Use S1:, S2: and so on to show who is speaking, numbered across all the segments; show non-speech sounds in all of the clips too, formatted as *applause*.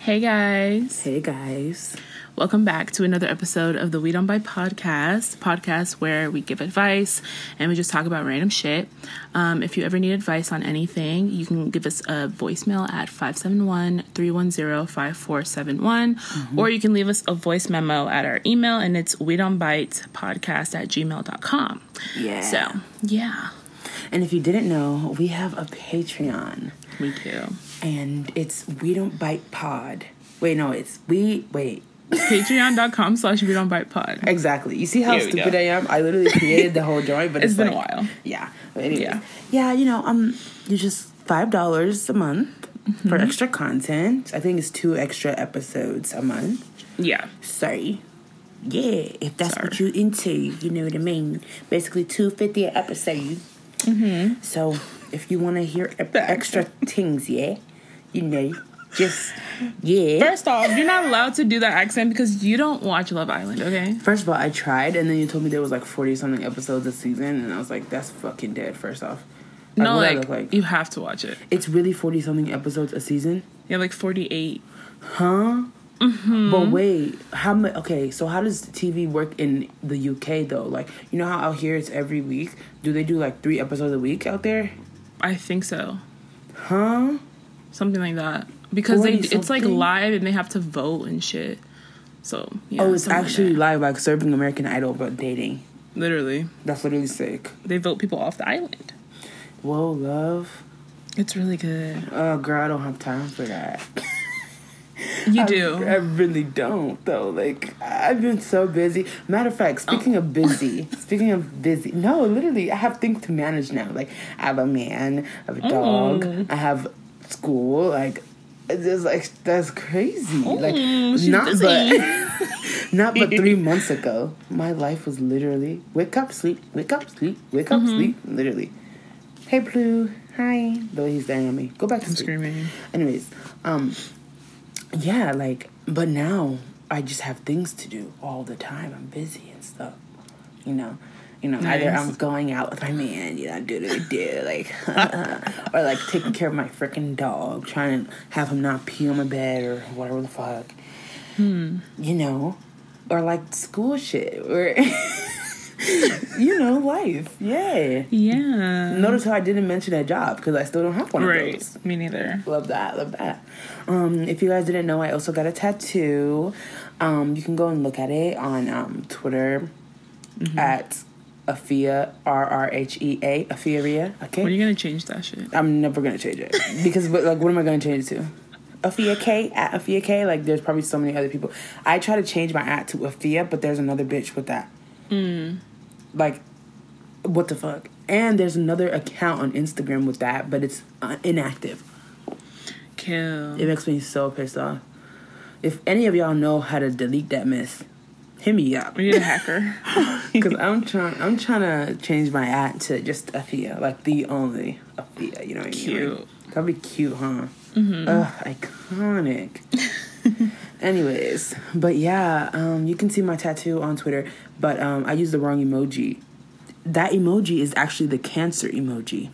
S1: Hey guys.
S2: Hey guys.
S1: Welcome back to another episode of the We Don't Buy podcast, podcast where we give advice and we just talk about random shit. Um, if you ever need advice on anything, you can give us a voicemail at 571 310
S2: Mm-hmm.
S1: 5471, or you can leave us a voice memo at our email, and it's we don't bite podcast at gmail.com.
S2: Yeah.
S1: So, yeah,
S2: And if you didn't know, we have a Patreon
S1: we do.
S2: and it's We Don't Bite Pod. Wait, no, it's We Wait.
S1: Patreon.com slash we don't bite pod.
S2: Exactly. You see how
S1: Here we
S2: stupid
S1: go.
S2: I am?
S1: *laughs*
S2: I literally created the whole joint, but
S1: It's
S2: it's,
S1: been a
S2: like-
S1: while.
S2: Yeah. But anyways,
S1: Yeah.
S2: yeah. you know, um you just five dollars a month for
S1: Mm-hmm.
S2: extra content. I think it's two extra episodes a month.
S1: Yeah.
S2: Sorry. Yeah, if that's what
S1: Sorry.
S2: you into, you know what I mean. Basically, two fifty an episode. Mm-hmm. So if you want to hear e- extra things, yeah, you know, just yeah. First,
S1: First off, you're not allowed to do that accent because you don't watch Love Island, okay?
S2: of all, I tried, and then you told me there was like forty something episodes this season, and I was like, that's fucking dead. First off, Like,
S1: No,
S2: what I
S1: like,
S2: look like
S1: you have to watch it.
S2: it's really forty something episodes a season.
S1: Yeah, like 48.
S2: Huh?
S1: Mm-hmm.
S2: But wait, how much? Okay, so how does TV work in the UK though? Like, you know how out here it's every week. Do they do like three episodes a week out there?
S1: I think so.
S2: Huh?
S1: Something like that. Because they
S2: 40
S1: it's like
S2: something?
S1: live and they have to vote and shit. So, yeah.
S2: oh, it's
S1: something like
S2: actually
S1: that.
S2: live, like serving American Idol, but dating.
S1: literally
S2: That's literally sick.
S1: they vote people off the island.
S2: Whoa, love.
S1: It's really good.
S2: Oh, girl, I don't have time for that.
S1: You
S2: I
S1: do.
S2: really don't though. Like I've been so busy. Matter of fact, speaking of busy, speaking of busy, no, literally, I have things to manage now. Like I have a man, I have
S1: Mm.
S2: a dog, I have school. Like it's just like that's crazy. like
S1: Mm, she's
S2: not
S1: busy. *laughs*
S2: but not but three months ago, my life was literally wake up, sleep, wake up, sleep, wake up,
S1: Mm-hmm.
S2: sleep. Literally, hey Blue, hi. The way he's staring at me, go back to
S1: I'm
S2: sleep.
S1: screaming.
S2: Anyways, um, yeah, like, but now I just have things to do all the time. I'm busy and stuff, you know. You know, either
S1: Nice.
S2: I'm going out with my man, you know, do do do, like, *laughs* or like taking care of my freaking dog, trying to have him not pee on my bed or whatever the fuck,
S1: Hmm.
S2: you know, or like school shit or, *laughs* you know, life. Yeah.
S1: Yeah.
S2: Notice how I didn't mention that job because I still don't have one of
S1: Right.
S2: those.
S1: Me neither.
S2: Love that, love that. Um, if you guys didn't know, I also got a tattoo. Um, you can go and look at it on um, Twitter at Afia R R H E A Afiaria. Okay,
S1: When are you gonna change that shit?
S2: I'm never gonna change it because what- like, what am I gonna change it to? Afia K at Afia K. Like, there's probably so many other people. I try to change my at to Afia, but there's another bitch with that. Like, what the fuck? And there's another account on Instagram with that, but it's uh, inactive.
S1: Kill.
S2: It makes me so pissed off. If any of y'all know how to delete that mess, hit me
S1: *laughs*
S2: up.
S1: We need a hacker.
S2: Cause I'm trying, I'm trying to change my at to just Afia, like the only Afia. You know what I mean?
S1: Cute.
S2: Like, that'd be cute, huh? Ugh, iconic. Anyways, but yeah, um, you can see my tattoo on Twitter, but um, I used the wrong emoji. That emoji is actually the cancer emoji.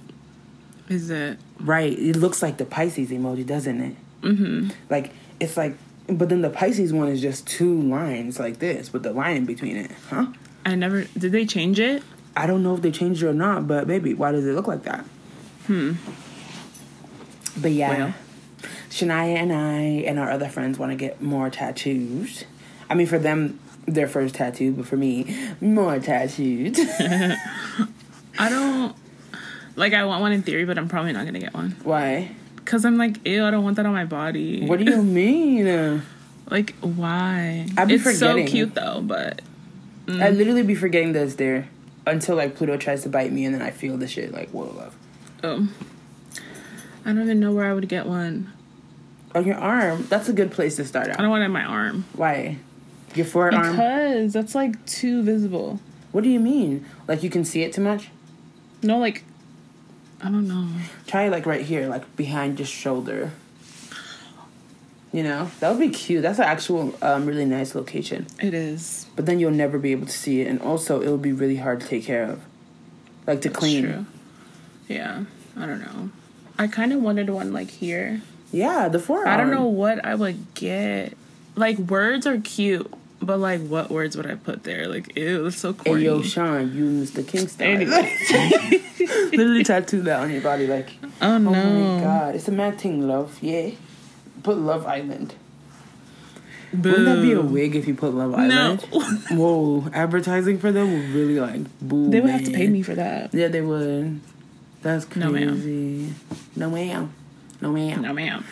S1: Is it?
S2: Right. It looks like the Pisces emoji, doesn't it? Mm-hmm. Like it's like, but then the Pisces one is just two lines like this with the line in between it, huh?
S1: I never did they change it?
S2: I don't know if they changed it or not, but baby, why does it look like that? Hmm. But yeah,
S1: Well.
S2: Shania and I and our other friends want to get more tattoos. I mean, for them, their first tattoo, but for me, more tattoos. *laughs*
S1: I don't like I want one in theory, but I'm probably not gonna get one.
S2: why?
S1: Cause I'm like, ew, I don't want that on my body.
S2: What do you mean?
S1: like why?
S2: I be
S1: it's
S2: forgetting.
S1: so cute though, but
S2: I
S1: Mm-hmm.
S2: literally be forgetting that it's there until like Pluto tries to bite me, and then I feel the shit like whoa, love.
S1: um I don't even know where I would get one.
S2: On Oh, your arm, that's a good place to start
S1: I
S2: out.
S1: don't want it on my arm.
S2: Why? Your forearm.
S1: Because that's like too visible.
S2: What do you mean? Like you can see it too much?
S1: No, like I don't know.
S2: Try like right here, like behind your shoulder. You know that would be cute. That's an actual um, really nice location.
S1: It is.
S2: But then you'll never be able to see it, and also it will be really hard to take care of, like to
S1: It's
S2: clean.
S1: true. Yeah. I don't know. I kinda wanted one like here.
S2: Yeah, the forearm.
S1: I don't know what I would get. Like words are cute, but like what words would I put there? Like ew, it's so
S2: Hey,
S1: corny.
S2: yo, Sean, you Mr. Kingston.
S1: Anyway.
S2: *laughs* Literally tattoo that on your body, like,
S1: oh no.
S2: oh my god, it's a mad thing, love. Yeah, put Love Island.
S1: Boo.
S2: Wouldn't that be a wig if you put Love
S1: No.
S2: Island? Whoa, advertising for them would really like boo.
S1: *laughs* they would have to pay
S2: man.
S1: me for that.
S2: Yeah, they would. That's
S1: No, ma'am.
S2: crazy. No ma'am. No ma'am.
S1: No ma'am.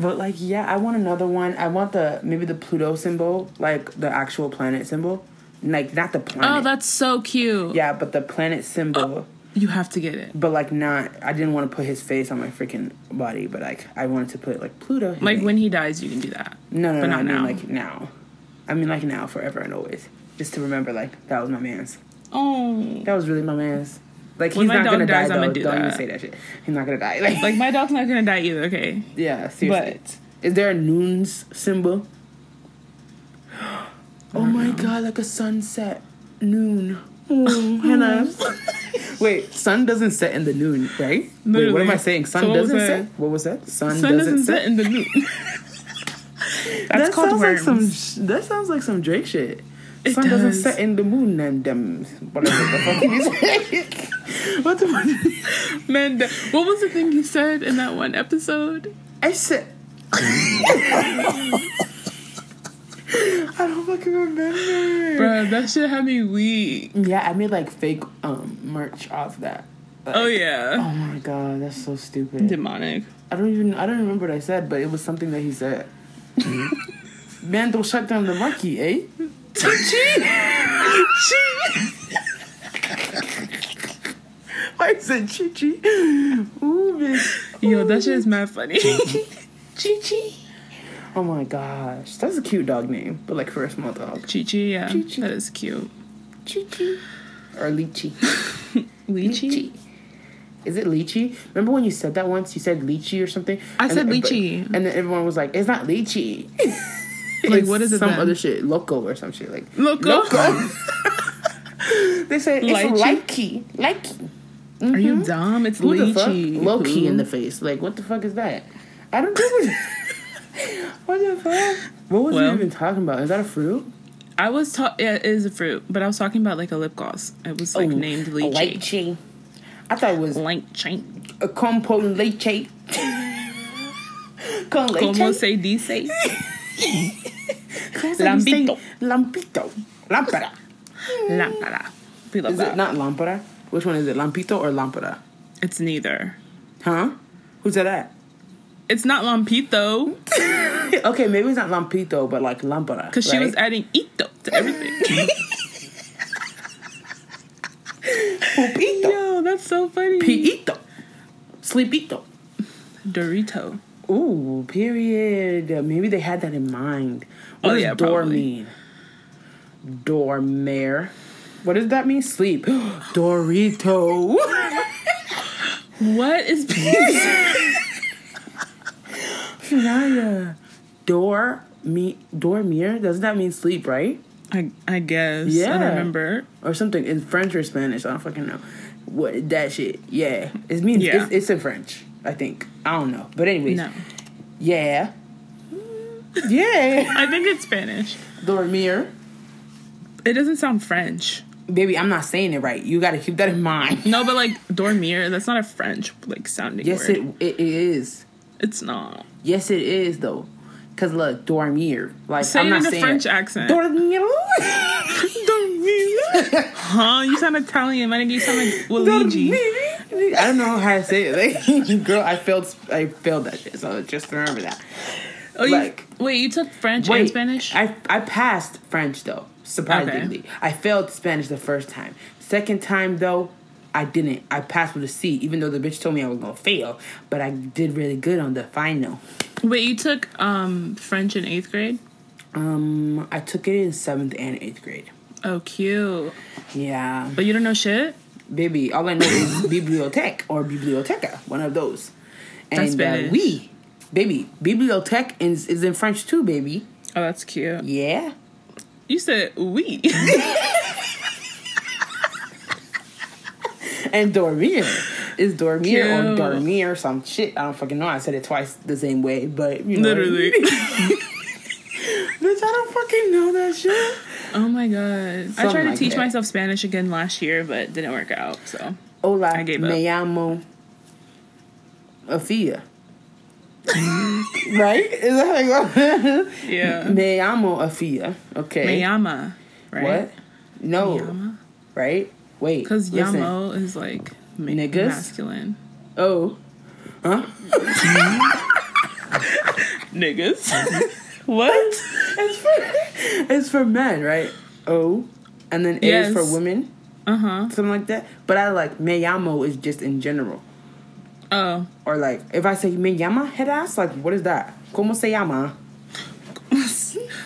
S2: But like, yeah, I want another one. I want the maybe the Pluto symbol, like the actual planet symbol, like not the planet.
S1: Oh, that's Oh. so cute.
S2: yeah, but the planet symbol.
S1: You have to get it.
S2: But like, not. I didn't want to put his face on my freaking body, but like, I wanted to put like Pluto. here.
S1: Like when he dies, you can do that.
S2: No, no,
S1: but
S2: no.
S1: not
S2: I mean
S1: now.
S2: like now. I mean like now, forever and always. Just to remember, like that was my man's.
S1: Oh.
S2: That was really my man's. Like
S1: When
S2: he's
S1: my
S2: not
S1: dog
S2: gonna
S1: dies,
S2: die
S1: I'ma
S2: though.
S1: do
S2: Don't even
S1: that.
S2: say that shit. He's not gonna die. Like,
S1: Like my dog's not gonna die either. Okay.
S2: *laughs* yeah, seriously. Is there a noon's
S1: *gasps*
S2: symbol? Oh my god, like a sunset.
S1: *laughs*
S2: Noon. *laughs* Oh, Hannah. Wait, sun doesn't set in the noon, right? Wait, what
S1: Literally.
S2: am I saying? Sun
S1: So what was
S2: doesn't
S1: that?
S2: set? What was that? Sun,
S1: Sun doesn't, set in the noon.
S2: *laughs*
S1: That's
S2: that
S1: called worms.
S2: sounds like some. sh- That sounds like some Drake shit.
S1: It
S2: Sun doesn't
S1: does.
S2: set in the moon and them. Whatever the fuck he's
S1: *laughs*
S2: saying. What the fuck?
S1: Man, that- what was the thing you said in that one episode?
S2: I said. *laughs* I don't fucking remember.
S1: Bruh, that shit had me weak.
S2: Yeah, I made like fake um merch off that. Like,
S1: Oh yeah.
S2: Oh my god, that's so stupid.
S1: Demonic.
S2: I don't even I don't remember what I said, but it was something that he said.
S1: Mm-hmm.
S2: *laughs* Man, don't shut down the monkey, eh? *laughs* I said chichi. Ooh, bitch.
S1: Yo, that shit is mad funny.
S2: Chichi. Oh my gosh, that's a cute dog name, but like for a small dog.
S1: Chichi, yeah.
S2: Chichi.
S1: That is cute.
S2: Chichi. Or *laughs* lychee.
S1: Lychee?
S2: Is it lychee? Remember when you said that once? You said lychee or something.
S1: I
S2: And
S1: said
S2: then-
S1: lychee.
S2: and then everyone was like, "It's not lychee."
S1: *laughs* Like,
S2: It's
S1: what is it
S2: Some
S1: then?
S2: other shit, loco or some shit like.
S1: Loco.
S2: *laughs* They say it's
S1: Lychee?
S2: likey, likey.
S1: Are you dumb? It's
S2: Mm-hmm. Who the fuck?
S1: lychee.
S2: Low key in
S1: Who?
S2: the face. Like, what the fuck is that? I don't know.
S1: *laughs*
S2: what the fuck? What was
S1: Well.
S2: we even talking about? Is that a fruit?
S1: I was ta- yeah, it is a fruit, but I was talking about like a lip gloss. It was
S2: Oh,
S1: like named lychee.
S2: Lychee. I thought it was
S1: Lychee.
S2: a compo leche. *laughs* Con leche.
S1: Como
S2: *laughs*
S1: se dice?
S2: How is that you say-
S1: Lampito.
S2: Lampito. Lampara.
S1: Lámpara. We love
S2: Is it
S1: that.
S2: not lampara? Which one is it? Lampito or lampara?
S1: it's neither.
S2: Huh? Who said that? *laughs*
S1: It's not Lampito,
S2: okay, maybe it's not lampito, but like lampara.
S1: because she was
S2: right?
S1: adding ito to everything.
S2: Pupito.
S1: *laughs* Yo, that's so funny.
S2: Piito. Sleepito.
S1: Dorito.
S2: Ooh, period. Maybe they had that in mind. What
S1: Oh,
S2: does
S1: yeah,
S2: door
S1: probably.
S2: mean? Dormare. What does that mean? Sleep. *gasps* Dorito.
S1: *laughs* What
S2: *laughs*
S1: is pizza?
S2: Shania. Door me dormir? Doesn't that mean sleep, right?
S1: I, I guess. I
S2: Yeah.
S1: don't remember.
S2: Or something in French or Spanish. I don't fucking know. What that shit. Yeah. It means
S1: Yeah.
S2: it's, it's in French, I think. I don't know. But anyways.
S1: No. *laughs*
S2: Yeah. Yeah.
S1: I think it's Spanish.
S2: dormir.
S1: It doesn't sound French.
S2: Baby, I'm not saying it right. You gotta keep that in mind. *laughs*
S1: No, but like dormir, that's not a French like sounding
S2: Yes,
S1: word.
S2: it, it it is.
S1: it's not.
S2: Yes, it is though. Cause look, dormir. Like
S1: Say
S2: I'm
S1: it
S2: not
S1: in a
S2: saying
S1: French accent. *laughs*
S2: Dormir.
S1: huh? You sound Italian. My nigga, you sound
S2: *laughs*
S1: like Luigi.
S2: Dormir. I don't know how to say it. *laughs* Like, girl, I failed. sp- I failed that shit. So just remember that.
S1: Oh, you,
S2: Like-
S1: wait, you took French and Spanish?
S2: I I passed French though. Surprisingly, I failed Spanish the first time. Second time though, I didn't. I passed with a C, even though the bitch told me I was gonna fail. But I did really good on the final.
S1: wait, you took um French in eighth grade?
S2: Um, I took it in seventh and eighth grade.
S1: Oh, cute.
S2: Yeah,
S1: But you don't know shit?
S2: baby. All I
S1: *coughs*
S2: know is bibliothèque or biblioteca, one of those. And
S1: That's
S2: Uh,
S1: Spanish.
S2: we, baby, bibliothèque is, is in French too, baby.
S1: Oh, that's cute.
S2: Yeah.
S1: You said
S2: *laughs*
S1: we.
S2: and dormir. It's Dormir or
S1: Cute.
S2: Dormir or some shit. I don't fucking know. I said it twice the same way, but you
S1: *laughs*
S2: know.
S1: Literally.
S2: *laughs* Bitch, I don't fucking know that shit.
S1: *laughs* oh my god. I tried
S2: Something
S1: to
S2: like
S1: teach
S2: that.
S1: myself Spanish again last year, but didn't work out. So
S2: Hola,
S1: I gave up.
S2: me llamo Afia. *laughs* right? Is that how it *laughs* goes?
S1: yeah.
S2: Me llamo Afia. Okay.
S1: Mayama, right?
S2: What? No.
S1: Mayama?
S2: Right? Wait.
S1: Because
S2: listen.
S1: Yamo is like ma-
S2: Niggas?
S1: masculine.
S2: Oh. *laughs* Huh?
S1: *laughs* Niggas. what?
S2: It's for it's for men, right? O, and then A
S1: Yes.
S2: is for women,
S1: Uh huh.
S2: something like that. But I like me llamo is just in general,
S1: Oh.
S2: or like if I say me llama head ass, like what is that? Como se llama?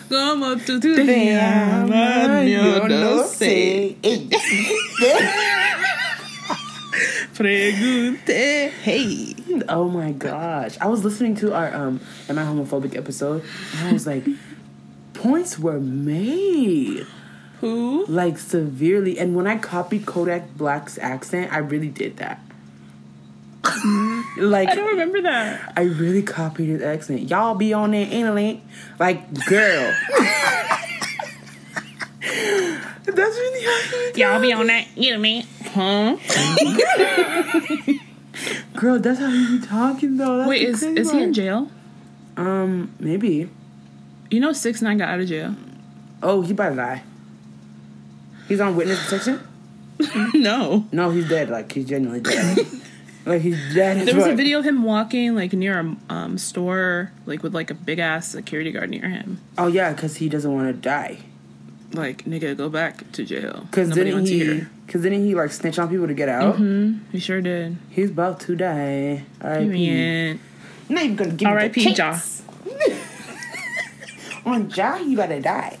S1: Como tu tu te llamas, yo no sé. *laughs* Pregunte. Hey.
S2: *laughs* Oh my gosh! I was listening to our um, am I homophobic episode, and I was like, *laughs* points were made.
S1: Who?
S2: like severely. And when I copied Kodak Black's accent, I really did that. *laughs* like
S1: I don't remember that.
S2: I really copied his accent. Y'all be on that internet, like
S1: *laughs*
S2: girl. That's really how he
S1: Y'all be on that, you know me, huh?
S2: girl. That's how he be talking though. That's
S1: Wait,
S2: the
S1: is
S2: crazy
S1: is he in
S2: part.
S1: jail?
S2: Um, maybe.
S1: You know, six nine got out of jail.
S2: Oh, he about to die. He's on witness protection.
S1: *laughs* no,
S2: No, he's dead. Like he's genuinely dead.
S1: *laughs*
S2: like he's dead. as
S1: there was a
S2: fuck.
S1: video of him walking like near a um, store, like with like a big ass security guard near him.
S2: Oh yeah, because he doesn't want to die.
S1: Like, nigga, go back to jail.
S2: Cause
S1: Nobody
S2: didn't
S1: wants Mm-hmm. you
S2: he?
S1: here.
S2: Cause didn't he like snitch on people to get out?
S1: He sure did.
S2: He's about to die. R.I.P.
S1: Period.
S2: Now you're gonna give
S1: R.I.P.
S2: me the
S1: Ja.
S2: chance. *laughs* On Ja, you gotta die.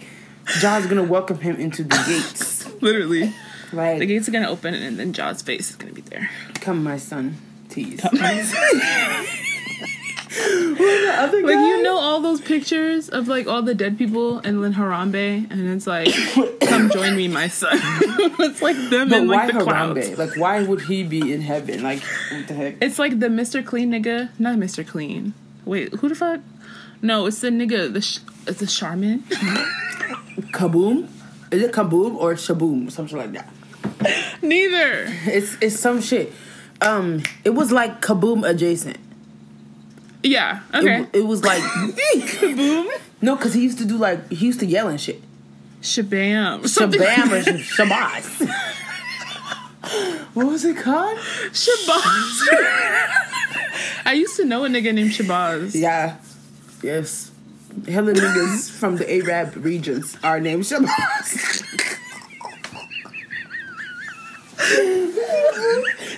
S2: Ja's gonna welcome him into the
S1: *laughs*
S2: gates.
S1: Literally, the
S2: Like,
S1: gates are gonna open, and then Jaws' face is gonna be there.
S2: come, my son. Tease. *laughs* the other guy?
S1: Like you know all those pictures of like all the dead people and then Harambe, and it's like, come join me, my son. *laughs* it's like them
S2: but
S1: in
S2: why
S1: like the clouds.
S2: Harambe? Like, why would he be in heaven? Like, what the heck?
S1: It's like the Mr. Clean nigga, not Mr. Clean. Wait, who the fuck? No, it's the nigga. The sh- it's the Charmin.
S2: Kaboom? Is it kaboom or shaboom? Something like that.
S1: *laughs* Neither.
S2: It's it's some shit. Um, it was like kaboom adjacent.
S1: Yeah.
S2: It,
S1: Okay.
S2: it was like *laughs* kaboom. No, because he used to do like he used to yell and shit.
S1: Shabam. Something
S2: Shabam or
S1: like that. *laughs*
S2: sh- shabazz. what was it called?
S1: Shabazz. *laughs* I used to know a nigga named Shabazz.
S2: Yeah. Yes. Hella niggas from the Arab regions are named Shabazz. *laughs*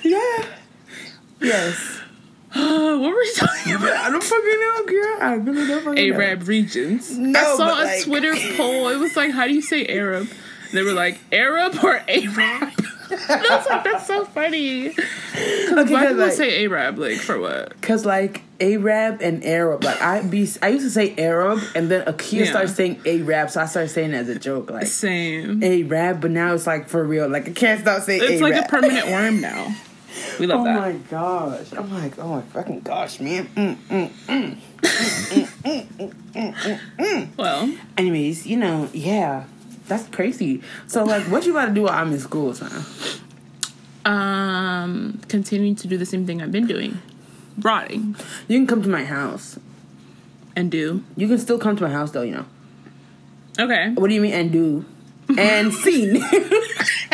S2: yeah. Yes.
S1: Uh, *gasps* what were we talking about?
S2: I don't fucking know, girl. I really don't fucking know.
S1: Arab regions.
S2: No,
S1: I saw
S2: but,
S1: a
S2: like-
S1: Twitter
S2: *laughs*
S1: poll. It was like, how do you say Arab? And they were like, Arab or
S2: *laughs*
S1: Arab? And I was like, that's so funny.
S2: Okay,
S1: Why people
S2: like,
S1: say Arab? Like, for what?
S2: Cause like Arab and Arab, like I be I used to say Arab, and then Akia
S1: Yeah.
S2: started saying Arab, so I started saying it as a joke, like
S1: Same.
S2: Arab. But now it's like for real, like I can't stop saying
S1: It's like
S2: Arab.
S1: a permanent worm now. We love
S2: Oh
S1: that.
S2: my gosh! I'm like, oh my fucking gosh, man. Mm.
S1: Well,
S2: Anyways, you know, yeah, that's crazy. So like, what you about to do while I'm in school, son?
S1: um, continuing to do the same thing I've been doing, rotting
S2: You can come to my house.
S1: and do.
S2: You can still come to my house though, you know.
S1: Okay,
S2: *laughs* What do you mean and do?
S1: *laughs*
S2: And seen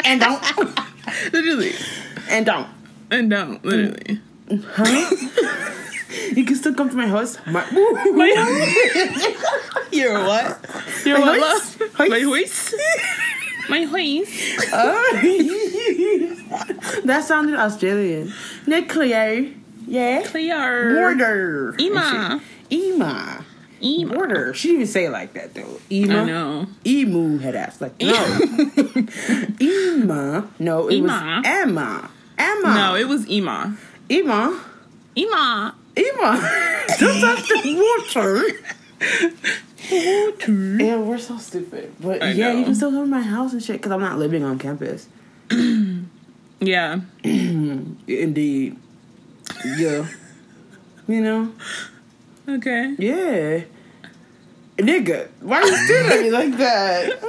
S2: and don't
S1: literally,
S2: and don't.
S1: and don't literally.
S2: You can still come to my house. My, *laughs* You're what?
S1: *laughs* Your
S2: My
S1: wallah.
S2: hoist?
S1: my hoist, my hoist.
S2: that sounded Australian. Nuclear. Yeah.
S1: Clear.
S2: Border.
S1: Ema.
S2: Ema.
S1: Ema.
S2: Border. She didn't even say it like that though. Ema.
S1: I know.
S2: Emu head ass. Like, no. *laughs* Ema. No, it
S1: Ema.
S2: was Emma. Emma.
S1: No, it was Ema.
S2: Ema.
S1: Ema.
S2: *laughs* Ema. Just after water. Yeah, we're so stupid. But
S1: I
S2: yeah,
S1: know.
S2: you can still come to my house and shit because I'm not living on campus.
S1: Yeah.
S2: *clears throat* Indeed. Yeah. you know?
S1: Okay.
S2: Yeah. Nigga, why you staring at me like that?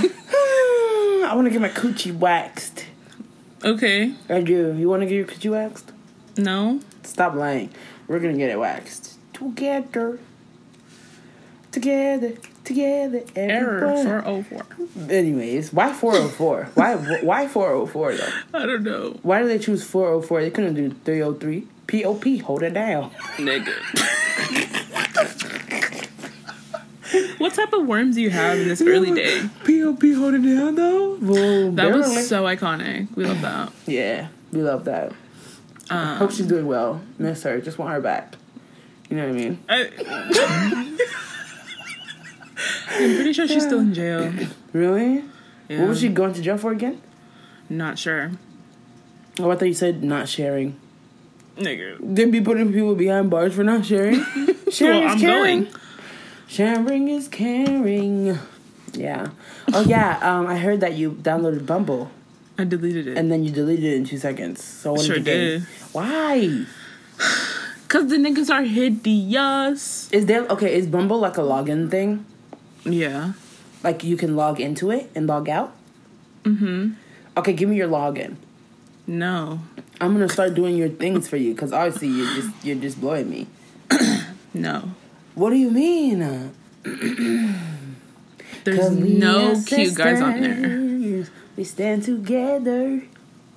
S2: *sighs* I want to get my coochie waxed.
S1: Okay.
S2: I do. You want to get your coochie waxed?
S1: No.
S2: Stop lying. We're gonna get it waxed together. Together, together.
S1: Error
S2: everyone.
S1: four oh four.
S2: Anyways, why 404? why why 404 though?
S1: I don't know,
S2: Why do they choose 404? They couldn't do 303. POP, hold
S1: *laughs*
S2: it down.
S1: nigga. what type of worms do you have in this early
S2: *laughs*
S1: day?
S2: POP, hold it down though. Well,
S1: That
S2: barely.
S1: was so iconic. We love that.
S2: Yeah, we love that.
S1: Um,
S2: Hope she's doing well. Miss her. Just want her back. You know what I mean?
S1: I- I'm pretty sure she's still in jail.
S2: Really?
S1: Yeah.
S2: What was she going to jail for again?
S1: Not sure,
S2: Oh, I thought you said not sharing.
S1: nigga.
S2: They'd be putting people behind bars for not sharing.
S1: *laughs*
S2: sharing
S1: Well,
S2: is
S1: I'm
S2: caring.
S1: going.
S2: Sharing is caring. Yeah. Oh yeah. Um, I heard that you downloaded Bumble
S1: I deleted it.
S2: and then you deleted it in two seconds. So what
S1: Sure
S2: did you gain?
S1: did.
S2: Why?
S1: Cause the niggas are hideous.
S2: Is there okay? Is Bumble like a login thing?
S1: Yeah.
S2: Like you can log into it and log out. Mm-hmm. Okay, give me your login.
S1: No.
S2: I'm gonna start doing your things for you because obviously you're just you're just blowing me.
S1: No.
S2: What do you mean?
S1: There's no cute guys on there.
S2: We stand together.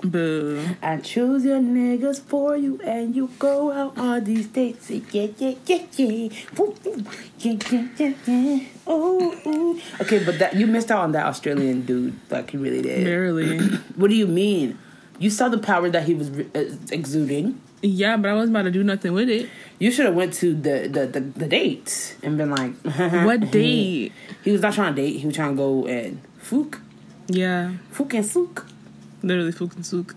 S1: Boo.
S2: I choose your niggas for you, and you go out on these dates. Yeah, yeah, yeah, yeah. Woo, woo. Yeah, yeah, yeah, yeah. Ooh, ooh. Okay, but that you missed out on that Australian dude. Like you really did.
S1: Barely.
S2: What do you mean? You saw the power that he was re- uh, exuding.
S1: Yeah, but I wasn't about to do nothing with it.
S2: You should have went to the the, the the date and been like, *laughs*
S1: What date?
S2: He was not trying to date. He was trying to go and fook,
S1: Yeah,
S2: fook and sook.
S1: literally fucking *laughs* sook.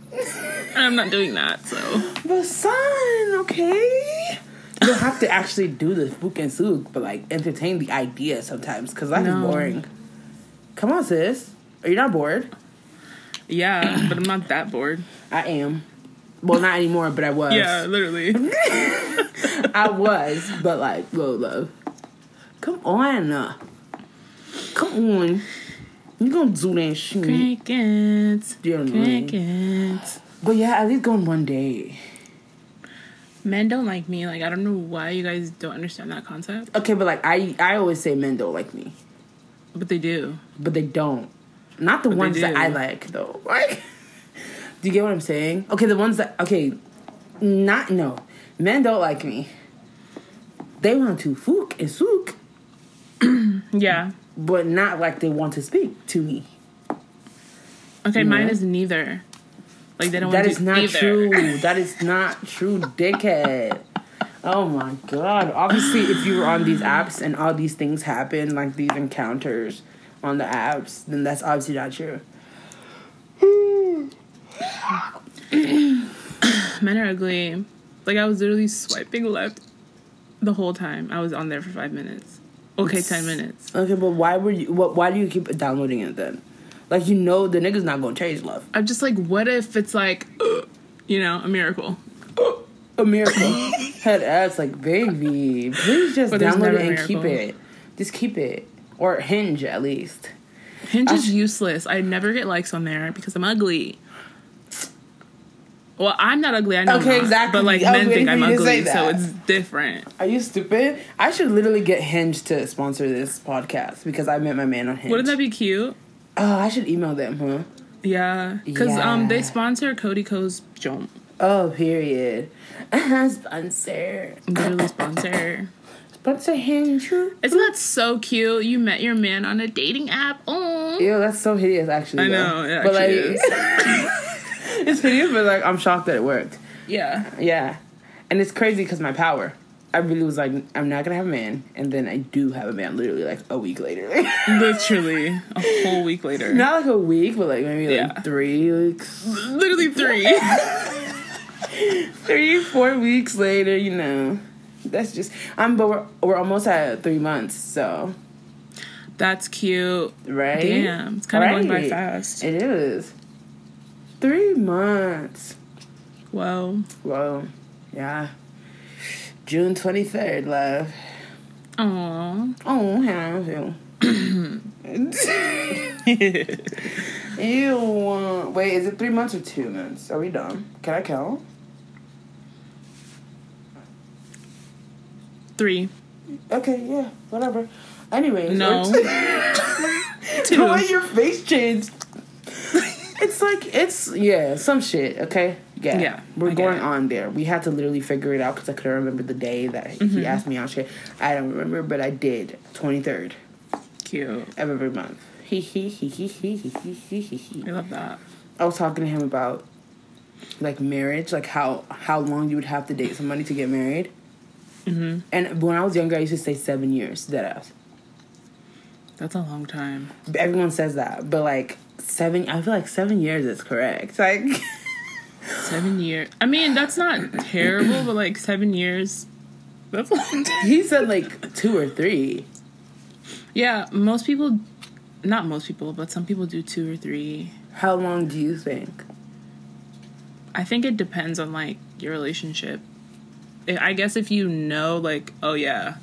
S1: And I'm not doing that, so.
S2: But son, okay. You don't have to actually do the spook and sook, but like entertain the idea sometimes because life
S1: No.
S2: is boring. Come on, sis. Are you not bored?
S1: Yeah, but I'm not that bored.
S2: I am. Well, not anymore, but I was.
S1: Yeah, literally.
S2: *laughs* I was, but like, low love. Come on. uh. Come on. You gonna do that shit.
S1: Crickets.
S2: You're annoying.
S1: Crickets.
S2: But yeah, at least go on one day.
S1: Men don't like me. Like, I don't know why you guys don't understand that concept,
S2: Okay, but like I, I always say men don't like me,
S1: but they do.
S2: but they don't. Not the
S1: they
S2: ones that
S1: do.
S2: I like though. *laughs* Like, do you get what I'm saying? Okay, the ones that okay, not no, men don't like me. They want to fook and sook,
S1: Mm-hmm. Yeah.
S2: but not like they want to speak to me.
S1: Okay, mine is neither. Like, they don't want
S2: That
S1: to
S2: is
S1: do
S2: not
S1: either.
S2: true. That is not true, dickhead. Oh my god. Obviously, if you were on these apps and all these things happen, like these encounters on the apps, then that's obviously not true.
S1: *laughs* Men are ugly. Like, I was literally swiping left the whole time. I was on there for five minutes. Okay, ten minutes.
S2: Okay, but why were you? What? Why do you keep downloading it then? Like you know the nigga's not gonna change love.
S1: I'm just like, what if it's like, *gasps* you know, a miracle?
S2: A *laughs* miracle. Head ass like baby. Please just
S1: But there's
S2: download
S1: never
S2: it
S1: a
S2: and keep
S1: miracle.
S2: it. Just keep it or hinge at least.
S1: Hinge is useless. I never get likes on there because I'm ugly. Well, I'm not ugly. I know.
S2: Okay,
S1: I'm not,
S2: exactly.
S1: But like
S2: I was
S1: men
S2: waiting
S1: think
S2: for
S1: I'm
S2: you to say
S1: ugly, so
S2: that.
S1: it's different.
S2: Are you stupid? I should literally get Hinge to sponsor this podcast because I met my man on Hinge.
S1: Wouldn't that be cute?
S2: Oh, I should email them, huh?
S1: Yeah, because um
S2: Yeah.
S1: they sponsor Cody Co's jump.
S2: Oh, period. *laughs* sponsor.
S1: Literally sponsor.
S2: Sponsor Hinge.
S1: Isn't that so cute? You met your man on a dating app. Oh,
S2: Ew, that's so hideous, actually.
S1: I
S2: though.
S1: know. It
S2: but like,
S1: actually is.
S2: *laughs* it's hideous, but like, I'm shocked that it worked.
S1: yeah.
S2: Yeah. And it's crazy because my power. I really was like, I'm not gonna have a man, and then I do have a man. Literally, like a week later. *laughs*
S1: Literally a whole week later.
S2: not like a week, but like maybe like
S1: Yeah.
S2: three weeks,
S1: Literally three.
S2: three, four weeks later. You know, that's just. I'm, but we're we're almost at three months, so
S1: *laughs* That's cute.
S2: right.
S1: Damn, it's kind of going by
S2: Right.
S1: fast.
S2: It is. Three months.
S1: Well,
S2: Whoa. Yeah. June 23rd, love.
S1: aw.
S2: Oh, how you?
S1: *clears throat*
S2: *laughs* Ew. Wait, is it three months or two months? Are we done? Can I count?
S1: *laughs* Three.
S2: Okay, yeah, whatever. Anyways,
S1: No.
S2: *laughs* two. The way your face changed. it's like it's yeah, some shit. Okay, yeah,
S1: Yeah, I
S2: We're
S1: get
S2: going
S1: it.
S2: on there. We had to literally figure it out because I couldn't remember the day that
S1: Mm-hmm.
S2: he asked me out. Shit, I don't remember, but I did. Twenty third
S1: Cute.
S2: of every month. He he he he he he he he he. he.
S1: I love that.
S2: I was talking to him about like marriage, like how how long you would have to date somebody to get married. Mm-hmm. And when I was younger, I used to say seven years. Dead ass.
S1: That's a long time.
S2: Everyone says that, but like seven, I feel like seven years is correct. Like, *laughs*
S1: Seven years. I mean, that's not terrible, but like seven years. That's a long *laughs* time.
S2: he said like two or three.
S1: Yeah, most people, not most people, but some people do two or three.
S2: How long do you think?
S1: I think it depends on like your relationship. I- I guess if you know, like, oh yeah,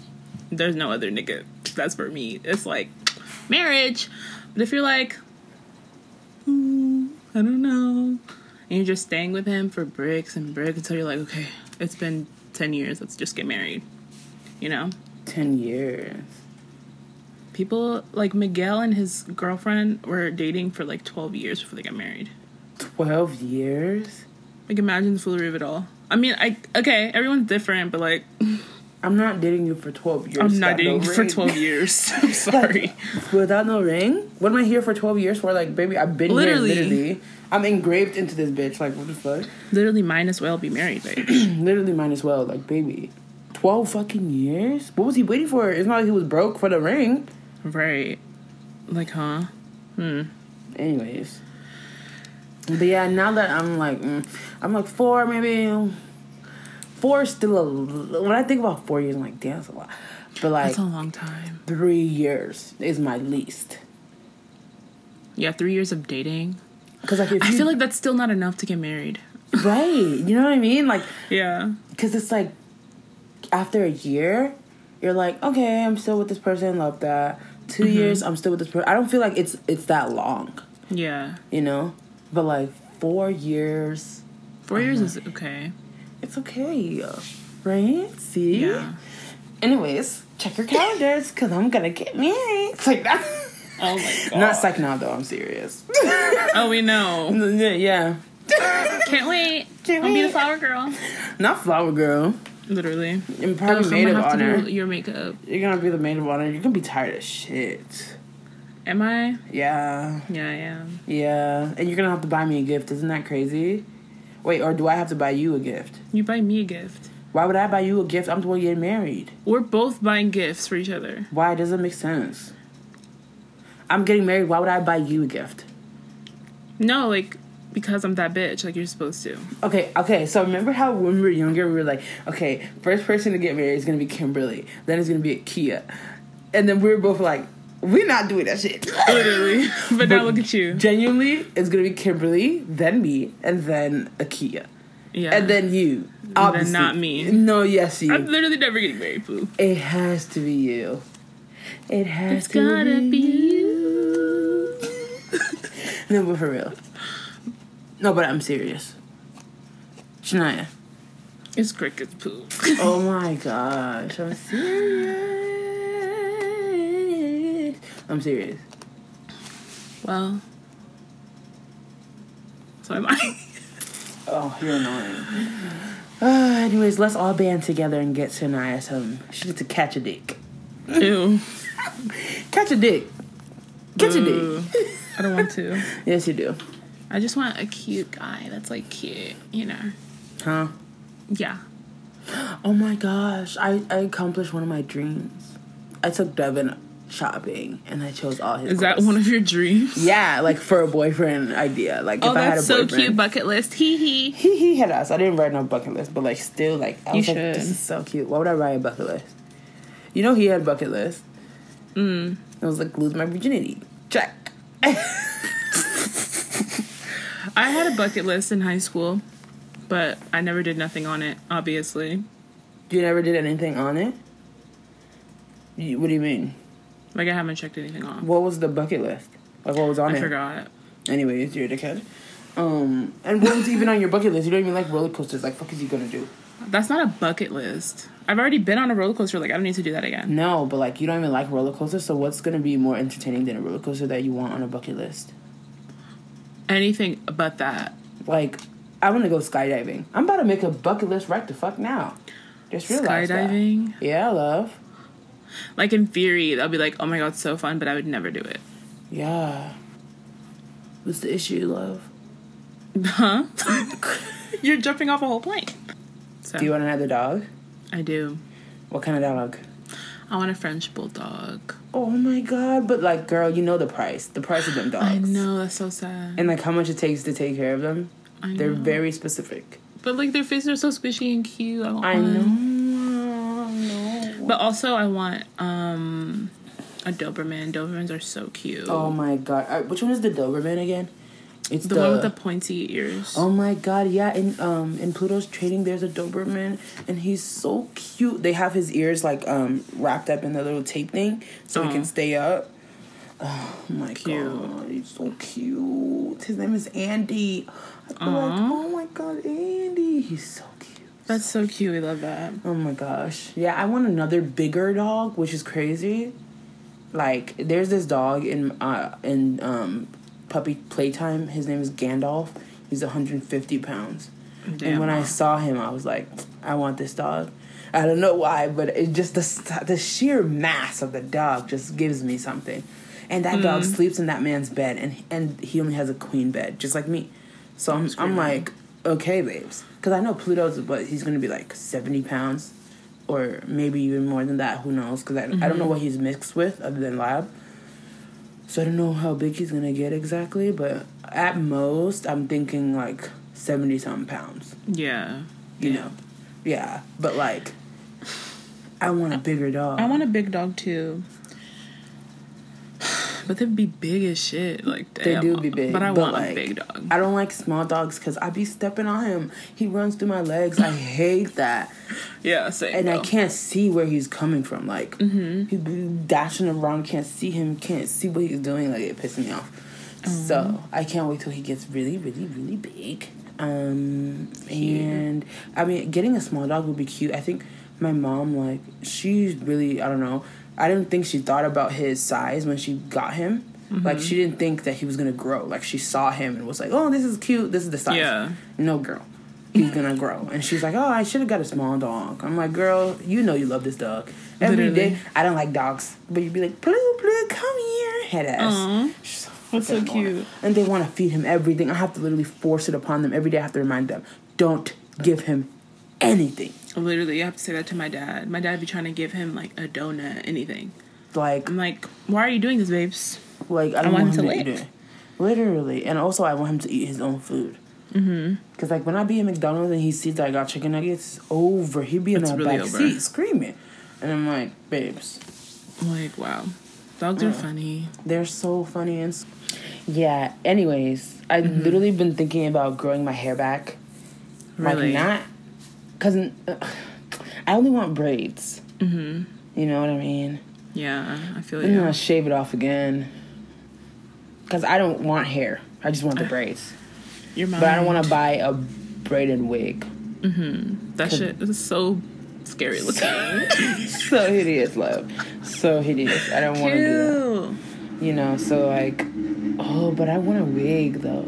S1: there's no other nigga that's for me, it's like marriage. But if you're like, "Hmm, I don't know, and you're just staying with him for bricks and bricks until you're like, okay, it's been 10 years, let's just get married. You know?
S2: Ten years.
S1: People like Miguel and his girlfriend were dating for like 12 years before they got married.
S2: Twelve years.
S1: Like, imagine the foolery of it all. I mean, I okay, everyone's different, but like,
S2: I'm not dating you for twelve years.
S1: I'm not
S2: got no
S1: dating for *laughs*
S2: ring.
S1: 12 years. I'm sorry.
S2: *laughs* Without no ring? What am I here for 12 years for? Like, baby, I've been
S1: Literally.
S2: here literally. I'm engraved into this bitch. Like, what the fuck?
S1: Literally, might as well be married, babe.
S2: Literally, might as well. Like, baby, 12 fucking years? What was he waiting for? It's not like he was broke for the ring.
S1: *clears throat* right. Like, huh?
S2: Anyways. But yeah, now that I'm like, mm, I'm like four, maybe. Four is still a. l- When I think about four years, I'm like, damn, that's a lot. But like,
S1: That's a long time.
S2: three years is my least.
S1: Yeah, three years of dating.
S2: Because, like, if
S1: I
S2: you-
S1: feel like that's still not enough to get married.
S2: Right. You know what I mean? Like,
S1: Yeah.
S2: because it's like after a year you're like okay i'm still with this person love that
S1: Mm-hmm.
S2: 2 years i'm still with this person i don't feel like it's it's that long
S1: Yeah.
S2: you know but like four years
S1: 4 years is okay.
S2: it's okay right see
S1: Yeah.
S2: anyways check your calendars because i'm gonna get married it's like that
S1: *laughs* Oh my god.
S2: *laughs* not psych now though i'm serious
S1: *laughs* oh, we know.
S2: *laughs* yeah
S1: Can't wait.
S2: Can't
S1: I'll be the
S2: wait.
S1: flower girl.
S2: not flower girl
S1: Literally. Girl,
S2: and probably
S1: someone
S2: maid of
S1: have
S2: honor
S1: to do your makeup.
S2: you're gonna be the maid of honor you're gonna be tired of shit
S1: Am I?
S2: yeah
S1: Yeah, I am.
S2: Yeah, and you're gonna have to buy me a gift. Isn't that crazy? Wait, or do I have to buy you a gift?
S1: You buy me a gift.
S2: Why would I buy you a gift? I'm the one getting married.
S1: We're both buying gifts for each other.
S2: Why? It doesn't make sense. I'm getting married. Why would I buy you a gift?
S1: No, like because I'm that bitch, like you're supposed to.
S2: Okay, okay. So remember how when we were younger, we were like, okay, first person to get married is gonna be Kimberly. Then it's gonna be Kia, and then we were both like, we're not doing that shit. *laughs*
S1: Literally. *laughs* But, now look at you.
S2: Genuinely, it's gonna be Kimberly, then me, and then Akia,
S1: Yeah.
S2: and then you. Obviously,
S1: not me.
S2: No, yes, you.
S1: I'm literally never getting married, boo.
S2: It has to be you. It has
S1: It's
S2: to
S1: gotta
S2: be.
S1: be you.
S2: *laughs* No, but for real. No, but I'm serious. Shania.
S1: It's crickets, poo.
S2: *laughs* Oh my gosh, I'm serious. I'm serious.
S1: well. So am
S2: *laughs*
S1: I.
S2: Oh, you're annoying. *sighs* Uh, anyways, let's all band together and get Shania some. She gets to catch a dick. *laughs*
S1: Ew.
S2: Catch a dick. Catch a
S1: Ooh.
S2: dick.
S1: I don't want to.
S2: *laughs* Yes, you do.
S1: I just want a cute guy that's like cute, you know.
S2: Huh?
S1: Yeah.
S2: Oh my gosh, I, I accomplished one of my dreams. I took Devin shopping and I chose all his.
S1: Is that
S2: clothes.
S1: one of your dreams?
S2: Yeah, like for a boyfriend idea. Like
S1: Oh,
S2: if I had a
S1: that's so
S2: boyfriend.
S1: cute. Bucket list. Hee hee.
S2: he he had us. I didn't write no bucket list, but like still like I
S1: You
S2: was like, this
S1: should.
S2: is so cute. Why would I write a bucket list? You know he had a bucket list. Mm. It was like lose my virginity. Check.
S1: I had a bucket list in high school, but I never did nothing on it, obviously.
S2: You never did anything on it? You, what do you mean?
S1: Like, I haven't checked anything off.
S2: What was the bucket list? Like, what was on
S1: I
S2: it?
S1: forgot.
S2: Anyways, you're a dickhead. Um, and what was even on your bucket list? You don't even like roller coasters. Like, fuck is he gonna do?
S1: That's not a bucket list. I've already been on a roller coaster. Like, I don't need to do that again.
S2: No, but like, you don't even like roller coasters. So what's gonna be more entertaining than a roller coaster that you want on a bucket list? Mm.
S1: Anything but that.
S2: Like, I want to go skydiving. I'm about to make a bucket list right the fuck now. Just realize
S1: Skydiving.
S2: That. Yeah, love.
S1: Like, in theory, I'll be like, oh my god, so fun, but I would never do it. *laughs*
S2: Yeah. What's the issue, love?
S1: Huh? *laughs* You're jumping off a whole plane. So,
S2: Do you want another dog?
S1: I do.
S2: What kind of dog?
S1: I want a French bulldog.
S2: Oh my god! But like, girl, you know the price. The price of them dogs.
S1: *gasps* I know, that's so sad.
S2: And like, how much it takes to take care of them.
S1: I
S2: They're
S1: know.
S2: very specific.
S1: But, like, their faces are so squishy and cute. I, want
S2: I
S1: one.
S2: know. I know.
S1: But also, I want um a Doberman. Dobermans are so cute.
S2: Oh my god! Uh, which one is the Doberman again? It's
S1: the, one with the pointy ears.
S2: Oh my god! Yeah, in um in Pluto's Trading, there's a Doberman, and he's so cute. They have his ears like um wrapped up in the little tape thing, so he
S1: Aw.
S2: can stay up. Oh my
S1: Cute.
S2: god, he's so cute. His name is Andy. I feel like,
S1: Aw.
S2: oh my god, Andy, he's so cute.
S1: That's so cute. We love that.
S2: Oh my gosh. Yeah, I want another bigger dog, which is crazy. Like there's this dog in uh, in um puppy playtime. His name is Gandalf. He's 150 pounds.
S1: Damn.
S2: and when I saw him, I was like, I want this dog. I don't know why, but it just the st- the sheer mass of the dog just gives me something. And that dog sleeps in that man's bed, and and he only has a queen bed, just like me. So I'm I'm like, okay, babes, because I know Pluto's what he's gonna be like 70 pounds, or maybe even more than that. Who knows? Because I, I don't know what he's mixed with other than lab. So I don't know how big he's gonna get exactly, but at most I'm thinking like 70 something pounds
S1: Yeah.
S2: you know yeah but like i want a bigger dog
S1: I want a big dog too. *sighs* But they'd be big as shit. Like
S2: they
S1: damn.
S2: do be big
S1: But I want
S2: like,
S1: a big dog.
S2: i don't like small dogs because i be stepping on him he runs through my legs i hate that
S1: yeah, same.
S2: and i
S1: though.
S2: can't see where he's coming from like he be dashing around can't see him can't see what he's doing like it pisses me off so i can't wait till he gets really really really big um and i mean getting a small dog would be cute i think my mom like she's really i don't know i didn't think she thought about his size when she got him like she didn't think that he was gonna grow like she saw him and was like oh this is cute this is the size
S1: Yeah.
S2: no girl he's gonna grow and she's like oh i should have got a small dog i'm like girl you know you love this dog every
S1: Literally.
S2: day i don't like dogs but you'd be like blue blue come here head ass
S1: Aw.
S2: She's so
S1: That's so
S2: fucking annoying.
S1: cute.
S2: and they want to feed him everything i have to literally force it upon them every day i have to remind them don't give him anything
S1: Literally, I have to say that to my dad. My dad be trying to give him like a donut, anything.
S2: like
S1: I'm like, why are you doing this, babes?
S2: Like I don't
S1: want
S2: want,
S1: him
S2: him
S1: to
S2: to,
S1: live.
S2: eat it. Literally, and also I want him to eat his own food. Mm-hmm. Cause like when I be in McDonald's and he sees that I got chicken nuggets, over he be in
S1: It's
S2: that
S1: really
S2: back
S1: over.
S2: seat screaming, and I'm like, babes,
S1: I'm like, wow, dogs
S2: Mm.
S1: are funny.
S2: they're so funny and. s- Yeah. Anyways, I have
S1: Mm-hmm.
S2: literally been thinking about growing my hair back.
S1: Really?
S2: Like not, cause uh, I only want braids. Mm-hmm. You know what I mean?
S1: Yeah, I feel
S2: I'm
S1: you.
S2: gonna shave it off again. Cause I don't want hair. I just want the braids.
S1: Your mom.
S2: But I don't want to buy a braided wig.
S1: That shit is so scary looking.
S2: So hideous, love. So hideous. I don't want to do
S1: Ew.
S2: that. You know, so like, oh, but I want a wig though.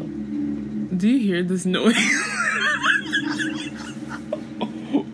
S1: Do you hear this noise? *laughs* Oh,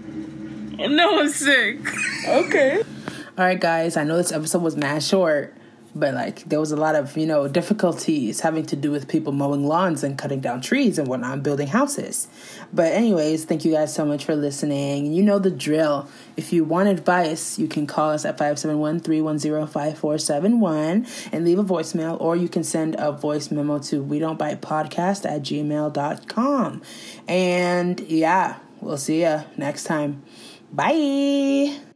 S1: no, I'm sick. *laughs*
S2: Okay. *laughs* All right, guys. I know this episode was mad short, but like, there was a lot of, you know, difficulties having to do with people mowing lawns and cutting down trees and whatnot, and building houses. But, anyways, thank you guys so much for listening. You know the drill. If you want advice, you can call us at 571 310 5471 and leave a voicemail, or you can send a voice memo to we don't bite podcast at gmail.com. And yeah, we'll see ya next time. Bye.